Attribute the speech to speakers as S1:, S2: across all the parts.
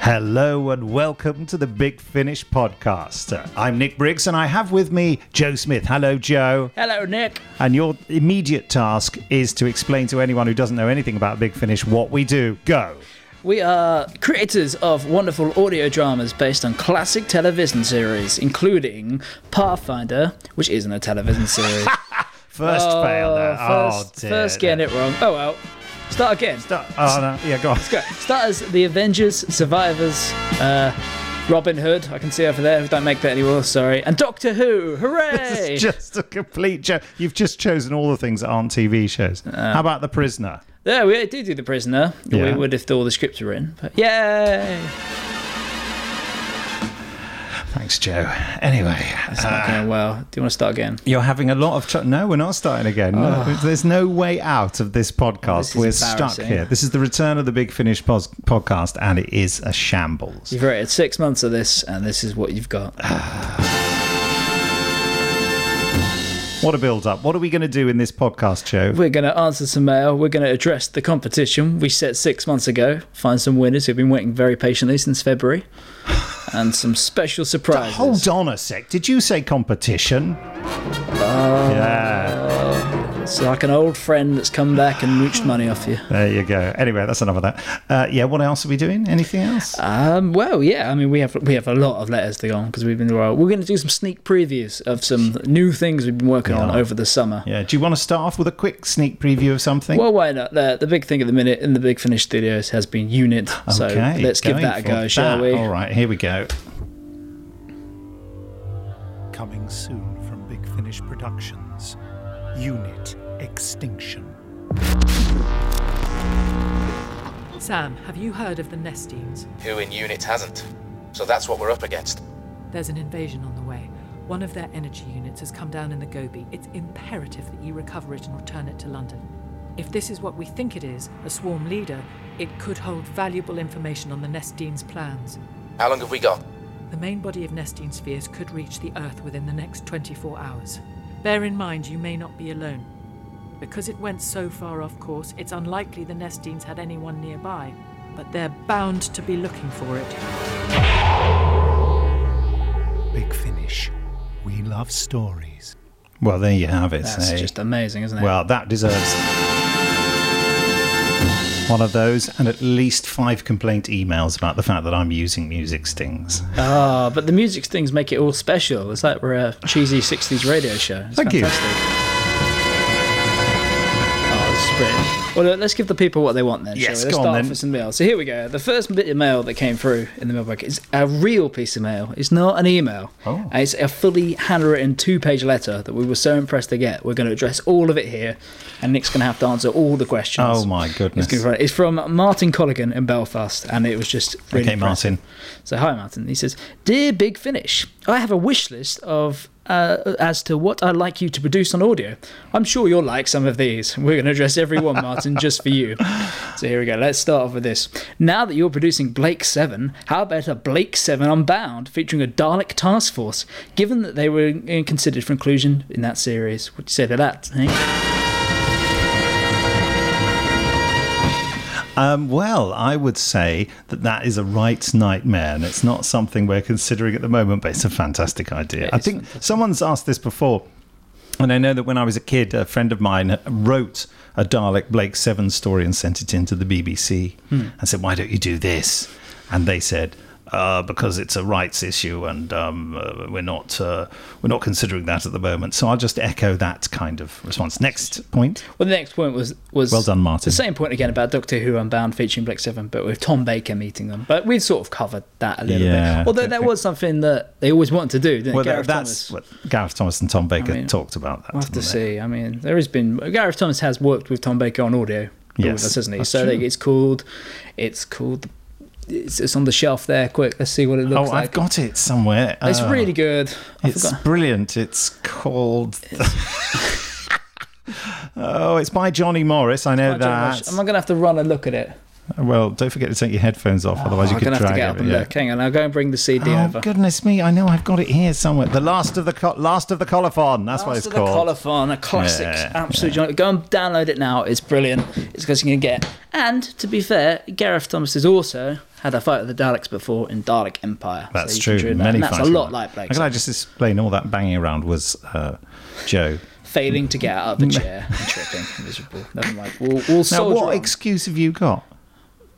S1: Hello and welcome to the Big Finish podcast. Uh, I'm Nick Briggs and I have with me Joe Smith. Hello, Joe.
S2: Hello, Nick.
S1: And your immediate task is to explain to anyone who doesn't know anything about Big Finish what we do. Go.
S2: We are creators of wonderful audio dramas based on classic television series, including Pathfinder, which isn't a television series. Uh,
S1: First fail there.
S2: first,
S1: oh, dear.
S2: first getting it wrong. Oh well. Start again.
S1: Oh, no. Yeah, go on.
S2: Go. Start as the Avengers, Survivors, uh, Robin Hood. I can see over there. Don't make that anymore. Sorry. And Doctor Who. Hooray!
S1: It's just a complete joke. You've just chosen all the things that aren't TV shows.
S2: Uh.
S1: How about The Prisoner?
S2: yeah, we did do the prisoner.
S1: Yeah.
S2: We would if all the scripts were in. But yay!
S1: Thanks, Joe. Anyway,
S2: It's
S1: Ah.
S2: not going well. Do you want to start again?
S1: You're having a lot of trouble. No, we're not starting again. No, there's no way out of this podcast.
S2: Ah. This is
S1: we're stuck
S2: embarrassing.
S1: here. This is the return of the Big Finish pos- podcast, and it is a shambles.
S2: You've rated six months of this, and this is what you've got.
S1: What a build up. What are we going to do in this podcast, Joe?
S2: We're going to answer some mail. We're going to address the competition we set six months ago. Find some winners who've been waiting very patiently since February, and some special surprises.
S1: Hold on a sec. Did you say competition?
S2: Uh.
S1: yeah.
S2: It's like an old friend that's come back and mooched money off you.
S1: There you go. Anyway, that's enough of that. Uh, yeah, what else are we doing? Anything else?
S2: Um, well, yeah. I mean, we have we have a lot of letters to go on because we've been. Well, we're going to do some sneak previews of some new things we've been working on over the summer.
S1: yeah. Do you want to start off with a quick sneak preview of something?
S2: Well, why not? The, the big thing at the minute in the Big Finish Studios has been Unit. So let's give
S1: going
S2: that a
S1: for
S2: go, shall
S1: that.
S2: we?
S1: All right, here we go.
S3: Coming soon from Big Finish Productions Unit Extinction.
S4: Sam, have you heard of the Nestines?
S5: Who in unit hasn't? So that's what we're up against.
S4: There's an invasion on the way. One of their energy units has come down in the Gobi. It's imperative that you recover it and return it to London. If this is what we think it is, a swarm leader, it could hold valuable information on the Nestines' plans.
S5: How long have we got?
S4: The main body of Nestine spheres could reach the Earth within the next 24 hours. Bear in mind, you may not be alone. Because it went so far off course, it's unlikely the Nestines had anyone nearby, but they're bound to be looking for it.
S3: Big Finish. We love stories.
S1: Well, there you have it.
S2: That's
S1: eh?
S2: just amazing, isn't it?
S1: Well, that deserves one of those and at least five complaint emails about the fact that I'm using music stings.
S2: Ah, but the music things make it all special. It's like we're a cheesy 60s radio show. It's
S1: Thank you.
S2: fantastic. Oh, this is brilliant. Well, look, let's give the people what they want then.
S1: Yes,
S2: shall we? Let's
S1: go on
S2: start
S1: then.
S2: off with some mail. So here we go. The first bit of mail that came through in the mailbag is a real piece of mail. It's not an email.
S1: Oh.
S2: And It's a fully handwritten two-page letter that we were so impressed to get. We're going to address all of it here, and Nick's going to have to answer all the questions.
S1: Oh, my goodness.
S2: It's gonna be Right, it's from Martin Colligan in Belfast, and it was just really
S1: Okay,
S2: impressive.
S1: Martin.
S2: So hi, Martin. He says, "Dear Big Finish, I have a wish list of uh, as to what I'd like you to produce on audio. I'm sure you'll like some of these. We're going to address every one, Martin, just for you. So here we go. Let's start off with this. Now that you're producing Blake Seven, how about a Blake Seven Unbound featuring a Dalek task force? Given that they were uh, considered for inclusion in that series, what do you say to that? eh?
S1: Um, well, I would say that that is a right nightmare, and it's not something we're considering at the moment, but it's a fantastic idea. I
S2: is
S1: think someone's asked this before, and I know that when I was a kid, a friend of mine wrote a Dalek Blake Seven story and sent it into the BBC and said, "Why don't you do this?" And they said. Uh, because it's a rights issue, and um, uh, we're not uh, we're not considering that at the moment. So I'll just echo that kind of response. Next point.
S2: Well, the next point was was
S1: Well done, Martin.
S2: The same point again about Doctor Who Unbound featuring Black Seven, but with Tom Baker meeting them. But we've sort of covered that a little
S1: Yeah,
S2: bit. Although
S1: don't
S2: that
S1: think-
S2: was something that they always wanted to do. Didn't
S1: Well,
S2: they? Gareth
S1: that's
S2: Thomas.
S1: what Gareth Thomas and Tom Baker
S2: mean,
S1: talked about. That
S2: We'll have to
S1: didn't they?
S2: see. I mean, there has been Gareth Thomas has worked with Tom Baker on audio.
S1: Yes,
S2: with us, hasn't he?
S1: that's
S2: So
S1: true.
S2: like, it's called, it's called, it's, it's on the shelf there. Quick, let's see what it
S1: Oh,
S2: looks like.
S1: I've got it somewhere.
S2: it's
S1: Oh,
S2: really good. I
S1: It's
S2: forgot.
S1: brilliant. It's called. oh, it's by Johnny Morris. I know
S2: I'm
S1: that.
S2: not gonna have to run and look at it.
S1: Well, don't forget to take your headphones off, otherwise you
S2: Oh, I'm
S1: could
S2: gonna
S1: drag
S2: have to get up
S1: it,
S2: and
S1: yeah.
S2: look. Hang on, I'll go and bring the CD
S1: Oh
S2: over.
S1: goodness me! I know I've got it here somewhere. The last of the co- last of the colophon. That's what
S2: Last
S1: it's
S2: of
S1: called.
S2: the Colophon, a classic,
S1: Yeah,
S2: absolute joint. Go and download it now. It's brilliant. It's because you can get. And to be fair, Gareth Thomas is also had a fight with the Daleks before in Dalek Empire. so
S1: That's
S2: you can
S1: true.
S2: do that.
S1: Many
S2: and that's
S1: fights
S2: a lot
S1: that.
S2: like Blake.
S1: Can I just explain all that banging around was uh, Joe?
S2: failing to get out of the chair and tripping, miserable. Never mind. We'll, we'll
S1: Now,
S2: soldier
S1: what
S2: on.
S1: excuse have you got?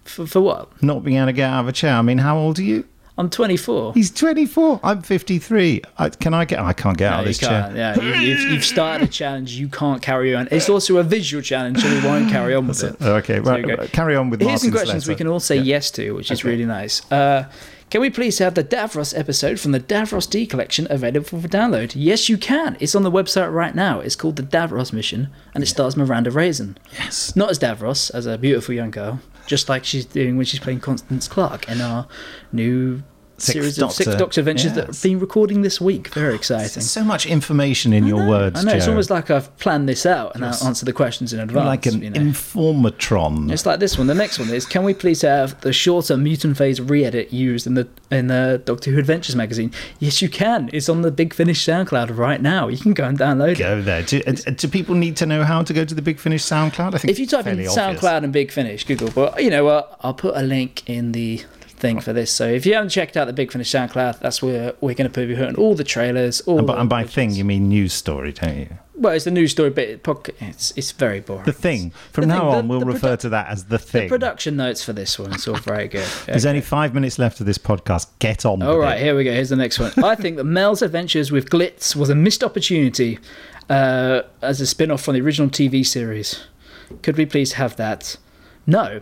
S2: for, for what?
S1: Not being able to get out of a chair. I mean, how old are you?
S2: I'm 24.
S1: He's 24. I'm 53. I, can I get? I can't get out
S2: No,
S1: of
S2: you
S1: this chair.
S2: can't. Yeah, you, you've, you've started a challenge. You can't carry on. It's also a visual challenge, so we won't carry on with it.
S1: Okay,
S2: So
S1: right,
S2: you go.
S1: right, carry on with
S2: Here's some
S1: Martin's
S2: questions we
S1: letter.
S2: can all say yes to, which is really nice. Uh, can we please have the Davros episode from the Davros D collection available for download? Yes, you can. It's on the website right now. It's called the Davros Mission, and it stars Miranda Raisin.
S1: Yes.
S2: Not as Davros, as a beautiful young girl, just like she's doing when she's playing Constance Clark in our new
S1: Sixth
S2: series of Six
S1: Doctor.
S2: Doctor Adventures that
S1: Yes.
S2: have been recording this week. Very exciting.
S1: There's so much information in your words,
S2: I know,
S1: Joe.
S2: it's almost like I've planned this out and I answer the questions in advance.
S1: like an
S2: you know.
S1: informatron.
S2: It's like this one. The next one is: Can we please have the shorter mutant phase re-edit used in the in the Doctor Who Adventures magazine? Yes, you can. It's on the Big Finish SoundCloud right now. You can go and download it.
S1: Go there. Do, uh, do people need to know how to go to the Big Finish SoundCloud? I think
S2: If you
S1: it's
S2: type in
S1: fairly
S2: SoundCloud
S1: obvious.
S2: and Big Finish, Google. But you know what? I'll put a link in the thing for this. So if you haven't checked out the Big Finish SoundCloud, that's where we're going to put you on all the trailers. All
S1: and by,
S2: the-
S1: and by thing, you mean news story, don't you?
S2: well, it's the news story, but it poc- it's it's very boring.
S1: The thing. From
S2: The
S1: now
S2: thing, the-
S1: on, we'll
S2: the
S1: refer
S2: produ-
S1: to that as the
S2: The
S1: thing.
S2: production notes for this one is all very good.
S1: There's only five minutes left of this podcast. Get on.
S2: All
S1: with
S2: right,
S1: it.
S2: here we go. Here's the next one. I think that Mel's adventures with Glitz was a missed opportunity uh, as a spin off from the original TV series. Could we please have that? No.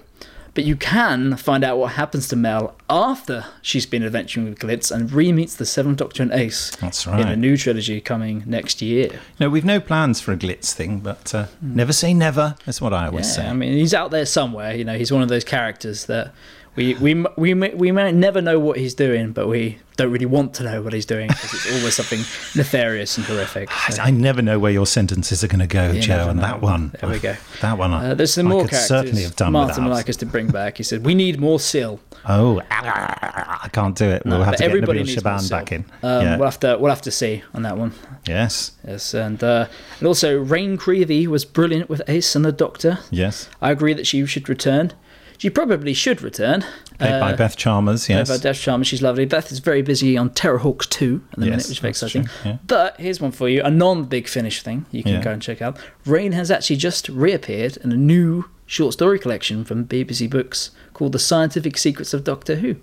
S2: But you can find out what happens to Mel after she's been adventuring with Glitz and re meets the Seventh Doctor and Ace
S1: That's
S2: in a
S1: right.
S2: new trilogy coming next year.
S1: No, we've no plans for a glitz thing, but uh, never say never. That's what I always say.
S2: Hmm. Yeah, I mean, he's out there somewhere. You know, he's one of those characters that we we m- we may, we may never know what he's doing, but we don't really want to know what he's doing because it's always something nefarious and horrific.
S1: I,
S2: So,
S1: I never know where your sentences are going to go,
S2: you
S1: Joe.
S2: never
S1: And
S2: know.
S1: that one,
S2: There we go.
S1: That one, I-
S2: uh, there's some
S1: I
S2: more
S1: could
S2: characters
S1: certainly have done
S2: Martin
S1: without.
S2: would like us to bring back. He said we need more Seal.
S1: Oh, ah, I can't do it. We'll have
S2: but
S1: to get
S2: everybody
S1: Nabil
S2: needs more
S1: Shaban
S2: Seal.
S1: back in.
S2: Um,
S1: yeah.
S2: We'll have to we'll have to see on that one.
S1: yes.
S2: Yes, and uh, and also Rain Creevy was brilliant with Ace and the Doctor.
S1: Yes.
S2: I agree that she should return. She probably should return.
S1: Played by
S2: Uh,
S1: Beth Chalmers.
S2: Yes.
S1: Yes.
S2: About Dash Charmer, she's lovely. Beth is very busy on Terror Hawks 2 at the
S1: Yes,
S2: minute, which is very
S1: that's
S2: exciting.
S1: true, yeah.
S2: But here's one for you a non big finish thing you can
S1: Yeah.
S2: go and check out. Rain has actually just reappeared in a new short story collection from BBC Books called The Scientific Secrets of Doctor Who, in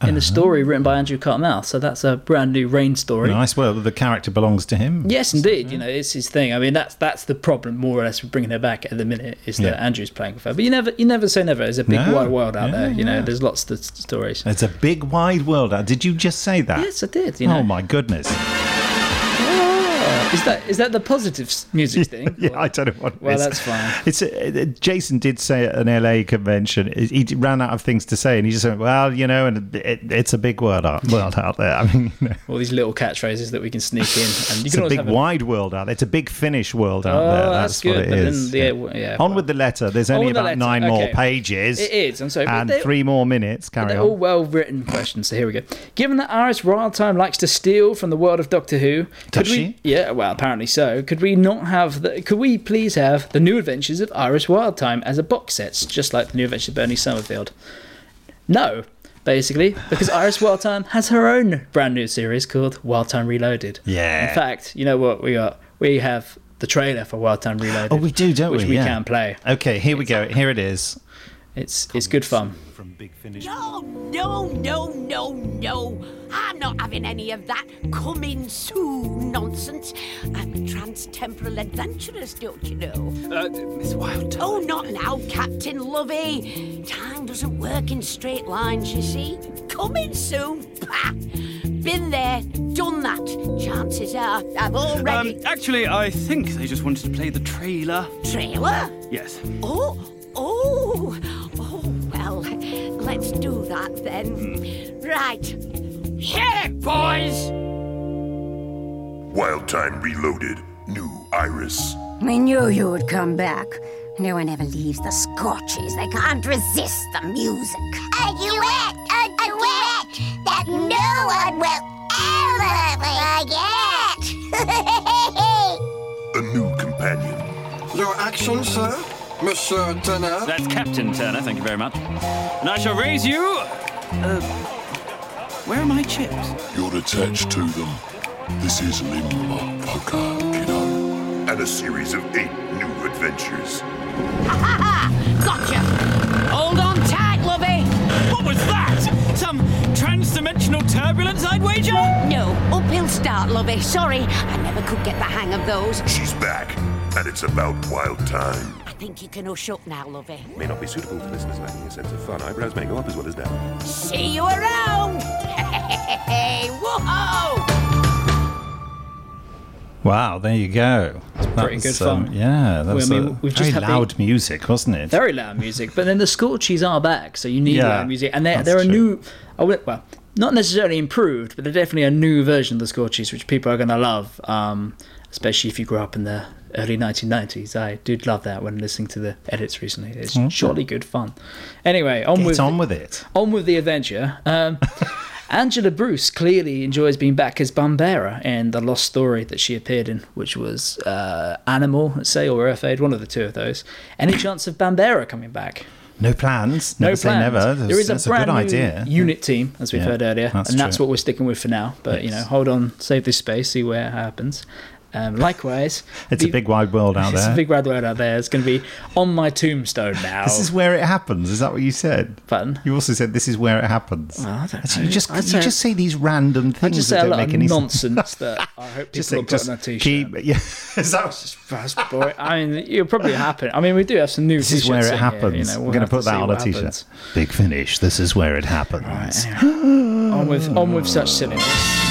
S1: Uh-huh.
S2: a story written by Andrew Cartmouth. So that's a brand new Rain story.
S1: Nice. Well, the character belongs to him.
S2: Yes, indeed. You know, it's his thing. I mean, that's that's the problem, more or less, with bringing her back at the minute is that
S1: Yeah.
S2: Andrew's playing with her. But you never, you never say never. There's a big
S1: No.
S2: wide world out
S1: Yeah,
S2: there. You know,
S1: yeah.
S2: there's lots of st- stories.
S1: It's a big, wide world. Uh, Did you just say that?
S2: Yes, I did. You know,
S1: Oh my goodness.
S2: Ah, is that is that the positive s- music thing?
S1: Yeah,
S2: Well,
S1: I don't know what. it
S2: well,
S1: is.
S2: that's fine.
S1: It's uh, uh, Jason did say at an LA convention. He he ran out of things to say, and he just went, "Well, you know," and it, it's a big world out, world out there. I mean, you know,
S2: all these little catchphrases that we can sneak in, and you
S1: it's
S2: can
S1: a
S2: always
S1: big
S2: have
S1: wide world out. there. It's a big Finnish world out
S2: Oh,
S1: there.
S2: that's
S1: That's, what
S2: good,
S1: it
S2: but then
S1: is.
S2: the-
S1: Yeah.
S2: yeah,
S1: on
S2: well.
S1: with the letter. There's
S2: On
S1: only
S2: with the
S1: about
S2: letter,
S1: nine more
S2: okay.
S1: pages.
S2: It is, I'm sorry, but
S1: And
S2: they-
S1: three more minutes. Carry
S2: They're
S1: on.
S2: all well written questions, so here we go. Given that Iris Wildtime likes to steal from the world of Doctor Who, could
S1: Does
S2: we? Yeah, well, apparently so. Could we not have the? Could we please have the New Adventures of Iris Wildtime as a box set, just like the New Adventures of Bernie Summerfield? No, basically, because Iris Wildtime has her own brand new series called Wildtime Reloaded.
S1: Yeah.
S2: In fact, you know what we got? We have the trailer for Wildtime Reloaded.
S1: Oh, we do, don't
S2: which
S1: we?
S2: we
S1: Yeah.
S2: can play.
S1: Okay, here we go. Here it is.
S2: It's it's good fun.
S3: From Big Finish.
S6: No, no, no, no, no. I'm not having any of that coming soon nonsense. I'm a trans-temporal adventurous, don't you know?
S7: Uh, Miss Wilder.
S6: Oh, not now, Captain Lovey. Time doesn't work in straight lines, you see. Coming soon. Pah! Been there, done that. Chances are I've
S7: Um,
S6: already.
S7: actually, I think they just wanted to play the trailer.
S6: Trailer?
S7: Yes.
S6: Oh, oh, oh, well, let's do that then. Right. Hit it, boys!
S8: Wild Time Reloaded, new Iris.
S9: We knew you would come back. No one ever leaves the scorches. They can't resist the music.
S10: A duet, a duet that no one will ever forget.
S8: A new companion.
S11: Your action, sir? Monsieur Turner?
S7: That's Captain Turner, thank you very much. And I shall raise you Uh, where are my chips?
S8: You're attached to them. This is Limba Poker, kiddo. And a series of eight new adventures.
S6: Gotcha! Hold on tight, Lovey!
S7: What was that? Some trans-dimensional turbulence, I'd wager?
S6: No, uphill start, Lovey. Sorry, I never could get the hang of those.
S8: She's back, and it's about wild time.
S6: I think you can hush up now, Lovey.
S12: May not be suitable for listeners lacking a sense of fun. Eyebrows may go up as well as down.
S6: See you around! Hey, whoa!
S1: Wow, there you go. That's um,
S2: pretty good fun.
S1: yeah,
S2: Well, I
S1: that's
S2: mean,
S1: uh, very
S2: we've just had the-
S1: loud music, wasn't it?
S2: Very loud music, but then the Scorchies are back, so you need
S1: Yeah,
S2: loud music, and there
S1: that's
S2: there are new. I would, well, not necessarily improved, but they're definitely a new version of the Scorchies, which people are going to love, um, especially if you grew up in the early 1990s. I did love that when listening to the edits recently. It's
S1: Okay.
S2: surely good fun. Anyway, on
S1: Mm-hmm. Get
S2: with
S1: on with it.
S2: on with the adventure. Um, Angela Bruce clearly enjoys being back as Bambera in the Lost Story that she appeared in, which was uh, Animal, let's say, or Earth Aid, one of the two of those. Any chance of Bambera coming back?
S1: No plans.
S2: No
S1: Never say
S2: plans.
S1: never. That's,
S2: there is a
S1: that's
S2: brand
S1: good
S2: new
S1: idea.
S2: unit team, as we've
S1: Yeah,
S2: heard earlier,
S1: that's
S2: and that's
S1: true.
S2: what we're sticking with for now. But you know, hold on, save this space, see where it happens. Um, likewise,
S1: It's a
S2: the-
S1: big wide world out
S2: It's a
S1: there.
S2: big rad word out there. It's going to be on my tombstone now.
S1: This is where it happens. Is that what you said?
S2: Fun.
S1: You also said this is where it happens.
S2: Well, I don't
S1: Actually,
S2: know.
S1: You just
S2: I'd
S1: you
S2: say-
S1: just say these random
S2: I
S1: things
S2: just
S1: that
S2: say a
S1: don't
S2: lot
S1: make
S2: of
S1: any
S2: nonsense that I hope people
S1: Just
S2: will
S1: think-
S2: put on
S1: just
S2: their t-shirt.
S1: Keep, yeah, that was just
S2: fast, boy. I mean, it'll probably happen. I mean, we do have some new.
S1: this is
S2: t-shirts
S1: where
S2: in
S1: it
S2: here,
S1: happens.
S2: you know, we'll
S1: I'm going to put
S2: have
S1: that
S2: see
S1: on a
S2: what
S1: t-shirt.
S2: happens.
S1: Big finish. This is where it happens.
S2: on with on with such silliness.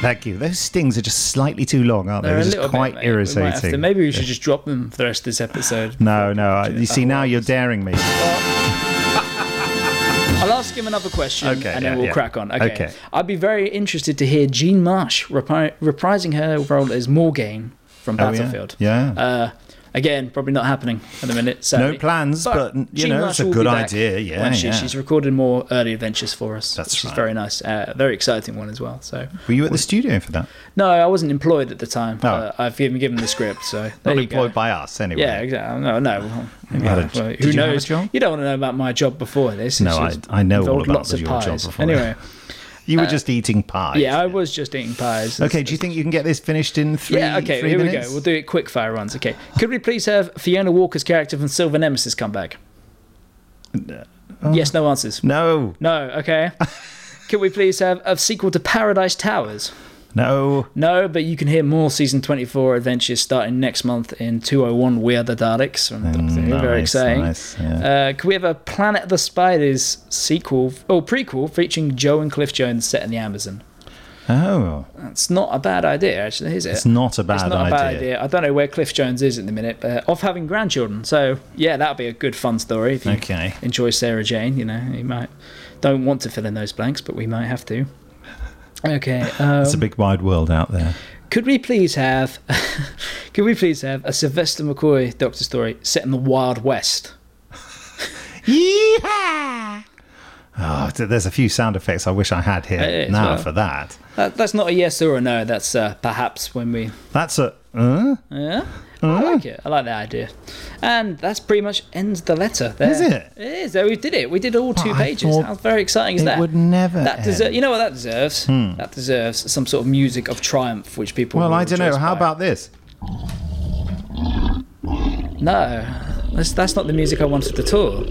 S1: Thank you. Those stings are just slightly too long, aren't they?
S2: They're a
S1: just
S2: little bit,
S1: quite
S2: mate. We might have to-
S1: irritating.
S2: maybe we should just drop them for the rest of this episode.
S1: No, no. I, you see, now you're daring me.
S2: I'll ask him another question,
S1: Okay,
S2: and then
S1: yeah,
S2: we'll
S1: yeah.
S2: crack on. Okay.
S1: Okay.
S2: I'd be very interested to hear Jean Marsh repri- reprising her role as Morgaine from
S1: Oh, yeah.
S2: Battlefield.
S1: Yeah.
S2: Uh, again, probably not happening at the minute. sadly.
S1: plans, but, you
S2: Jean
S1: know, it's
S2: Marsh
S1: a
S2: will
S1: good
S2: be back
S1: idea, yeah,
S2: when she-
S1: yeah.
S2: She's recorded more early adventures for us.
S1: That's
S2: which
S1: right.
S2: Is very nice. Uh, very exciting one as well. So.
S1: Were you at the studio for that?
S2: No, I wasn't employed at the time. Uh, I've been given the script, so there
S1: Oh. Not
S2: you
S1: employed
S2: go.
S1: by us, anyway.
S2: Yeah, exactly. No, no. well,
S1: You had a-
S2: well, who
S1: did you have a
S2: knows?
S1: job?
S2: don't want to know about my job before this.
S1: No,
S2: It's
S1: I,
S2: just
S1: I know all
S2: involved
S1: about
S2: lots
S1: the,
S2: of
S1: your job
S2: pies.
S1: before.
S2: Anyway,
S1: you were
S2: uh,
S1: just eating pie.
S2: yeah, I was just eating pies.
S1: Okay, do you think you can get this finished in three?
S2: yeah, okay,
S1: three
S2: here
S1: minutes?
S2: we go. We'll do it quick fire runs. Okay. Could we please have Fiona Walker's character from Silver Nemesis come back?
S1: Uh,
S2: Yes, no answers.
S1: No.
S2: No, okay. Could we please have a sequel to Paradise Towers?
S1: No.
S2: No, but you can hear more season 24 adventures starting next month in 201 We Are the Daleks from Doctor Who. Very
S1: Mm, nice,
S2: exciting.
S1: nice,
S2: uh, could we have a Planet of the Spiders sequel, or prequel, featuring Joe and Cliff Jones set in the Amazon?
S1: Oh,
S2: That's not a bad idea, actually, is it?
S1: It's not a bad
S2: It's not a bad
S1: idea.
S2: idea. I don't know where Cliff Jones is at the minute, but off having grandchildren. So yeah, that'll be a good fun story. If you
S1: Okay.
S2: enjoy Sarah Jane, you know, you might don't want to fill in those blanks, but we might have to. Okay. Um,
S1: it's a big wide world out there.
S2: could we please have? could we please have a Sylvester McCoy Doctor Story set in the Wild West?
S1: Yeehaw! Oh, th- there's a few sound effects I wish I had here
S2: It is,
S1: now
S2: well.
S1: for that.
S2: That, that's not a yes or a no. That's uh, perhaps when we.
S1: That's a. Uh?
S2: Yeah. I like it. I like that idea. And that's pretty much ends the letter. There.
S1: Is it? Oh,
S2: It is. There We did it. We did all two
S1: I
S2: pages.
S1: thought
S2: How very exciting is
S1: it
S2: that?
S1: would never
S2: That deser-
S1: end.
S2: You know what that deserves?
S1: Hmm.
S2: That deserves some sort of music of triumph, which people.
S1: Well,
S2: will
S1: I don't know.
S2: rejoice
S1: How
S2: by.
S1: about this?
S2: No, that's that's not the music I wanted at all.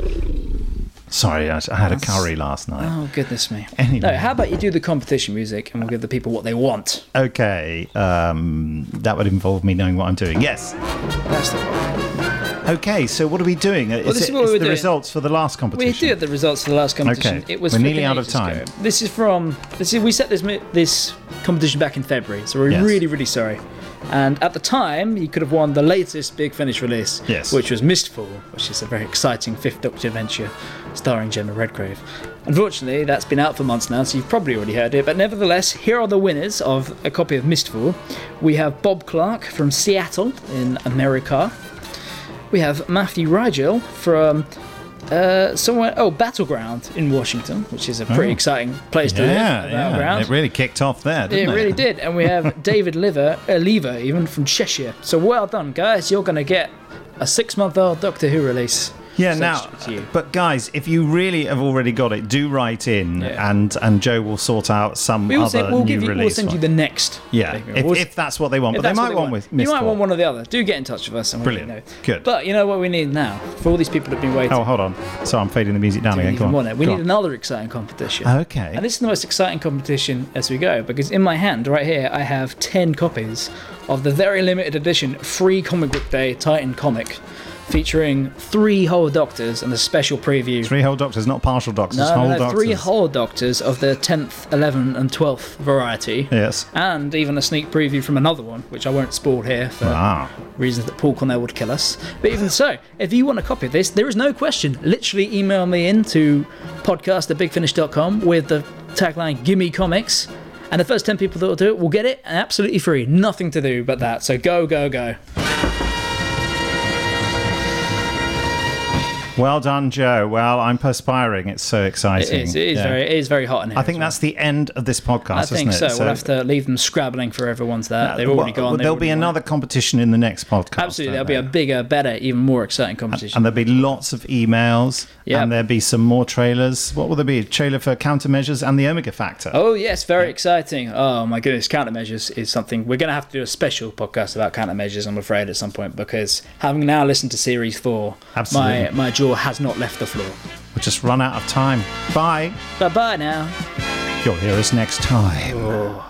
S1: Sorry, I, I had a
S2: That's-
S1: curry last night.
S2: Oh goodness me.
S1: Anyway.
S2: No, how about you do the competition music and we'll give the people what they want.
S1: Okay, um, that would involve me knowing what I'm doing. Yes.
S2: That's the
S1: Okay, so what are we doing? Is
S2: this
S1: it-
S2: is what we
S1: it's
S2: were
S1: the
S2: doing.
S1: results for the last
S2: We
S1: competition.
S2: do have the results of the last competition.
S1: Okay,
S2: It was
S1: we're nearly
S2: flipping
S1: out of
S2: ages
S1: time.
S2: ago. This is from this is we set this mi- this competition back in February, so we're
S1: Yes.
S2: really really sorry. And at the time, you could have won the latest Big Finish release,
S1: Yes.
S2: which was Mistfall, which is a very exciting Fifth Doctor adventure starring Gemma Redgrave. Unfortunately, that's been out for months now, so you've probably already heard it. But nevertheless, here are the winners of a copy of Mistfall. We have Bob Clark from Seattle in America. We have Matthew Rigel from uh, somewhere. Oh, Battleground in Washington, which is a pretty
S1: Oh.
S2: exciting place to
S1: yeah,
S2: live.
S1: yeah.
S2: Battleground.
S1: It really kicked off there,
S2: It
S1: didn't it?
S2: really did. And we have David Liver, uh, Lever, even from Cheshire. So well done, guys. You're going to get a six month old Doctor Who release.
S1: Yeah,
S2: So
S1: now,
S2: it's- it's you.
S1: but guys, if you really have already got it, do write in, and and Joe will sort out some
S2: We will
S1: other
S2: send, we'll
S1: new
S2: give you,
S1: release.
S2: we'll send
S1: one.
S2: you the next.
S1: yeah,
S2: thing.
S1: if,
S2: We'll-
S1: if that's what they want,
S2: if
S1: but they
S2: that's what
S1: might want with
S2: You
S1: Miss
S2: might
S1: Call.
S2: want one or the other. Do get in touch with us. and we'll let you
S1: Brilliant.
S2: know.
S1: Good.
S2: But you know what we need now for all these people that've been waiting.
S1: Oh, hold on. So I'm fading the music down
S2: we
S1: again.
S2: even
S1: Come
S2: want
S1: on.
S2: it. We
S1: Go
S2: need
S1: on.
S2: another exciting competition.
S1: Okay.
S2: And this is the most exciting competition as we go because in my hand right here I have 10 copies of the very limited edition free comic book day Titan comic featuring three whole doctors and a special preview.
S1: Three whole doctors, not partial doctors.
S2: No,
S1: whole
S2: no, no,
S1: doctors.
S2: three whole doctors of the 10th, 11th, and 12th variety.
S1: Yes.
S2: And even a sneak preview from another one, which I won't spoil here for
S1: Wow.
S2: reasons that Paul Cornell would kill us. But even so, if you want a copy of this, there is no question. Literally email me in to podcast at bigfinish.com with the tagline Gimme Comics. And the first 10 people that will do it will get it absolutely free. Nothing to do but that. So go, go, go.
S1: Well done, Joe. Well, I'm perspiring. It's so
S2: It
S1: exciting.
S2: is, it is,
S1: Yeah.
S2: very, it is very hot in here.
S1: I think that's the end of this podcast,
S2: I think
S1: isn't
S2: so.
S1: it?
S2: We'll have to leave them scrabbling for everyone's that. They've
S1: Uh, Well,
S2: already gone. They
S1: there'll be
S2: already won.
S1: another competition in the next podcast.
S2: Absolutely, there'll be a bigger, better, even more exciting competition.
S1: And there'll be lots of emails.
S2: Yeah.
S1: And there'll be some more trailers. What will there be? A trailer for countermeasures and the Omega Factor.
S2: Oh yes, very exciting. Oh my goodness, countermeasures is something we're going to have to do a special podcast about countermeasures. I'm afraid at some point because having now listened to series four, my
S1: Absolutely.
S2: my jaw has not left the floor.
S1: We'll just run out of time. Bye.
S2: Bye bye now.
S1: You'll hear us next time.
S2: Oh.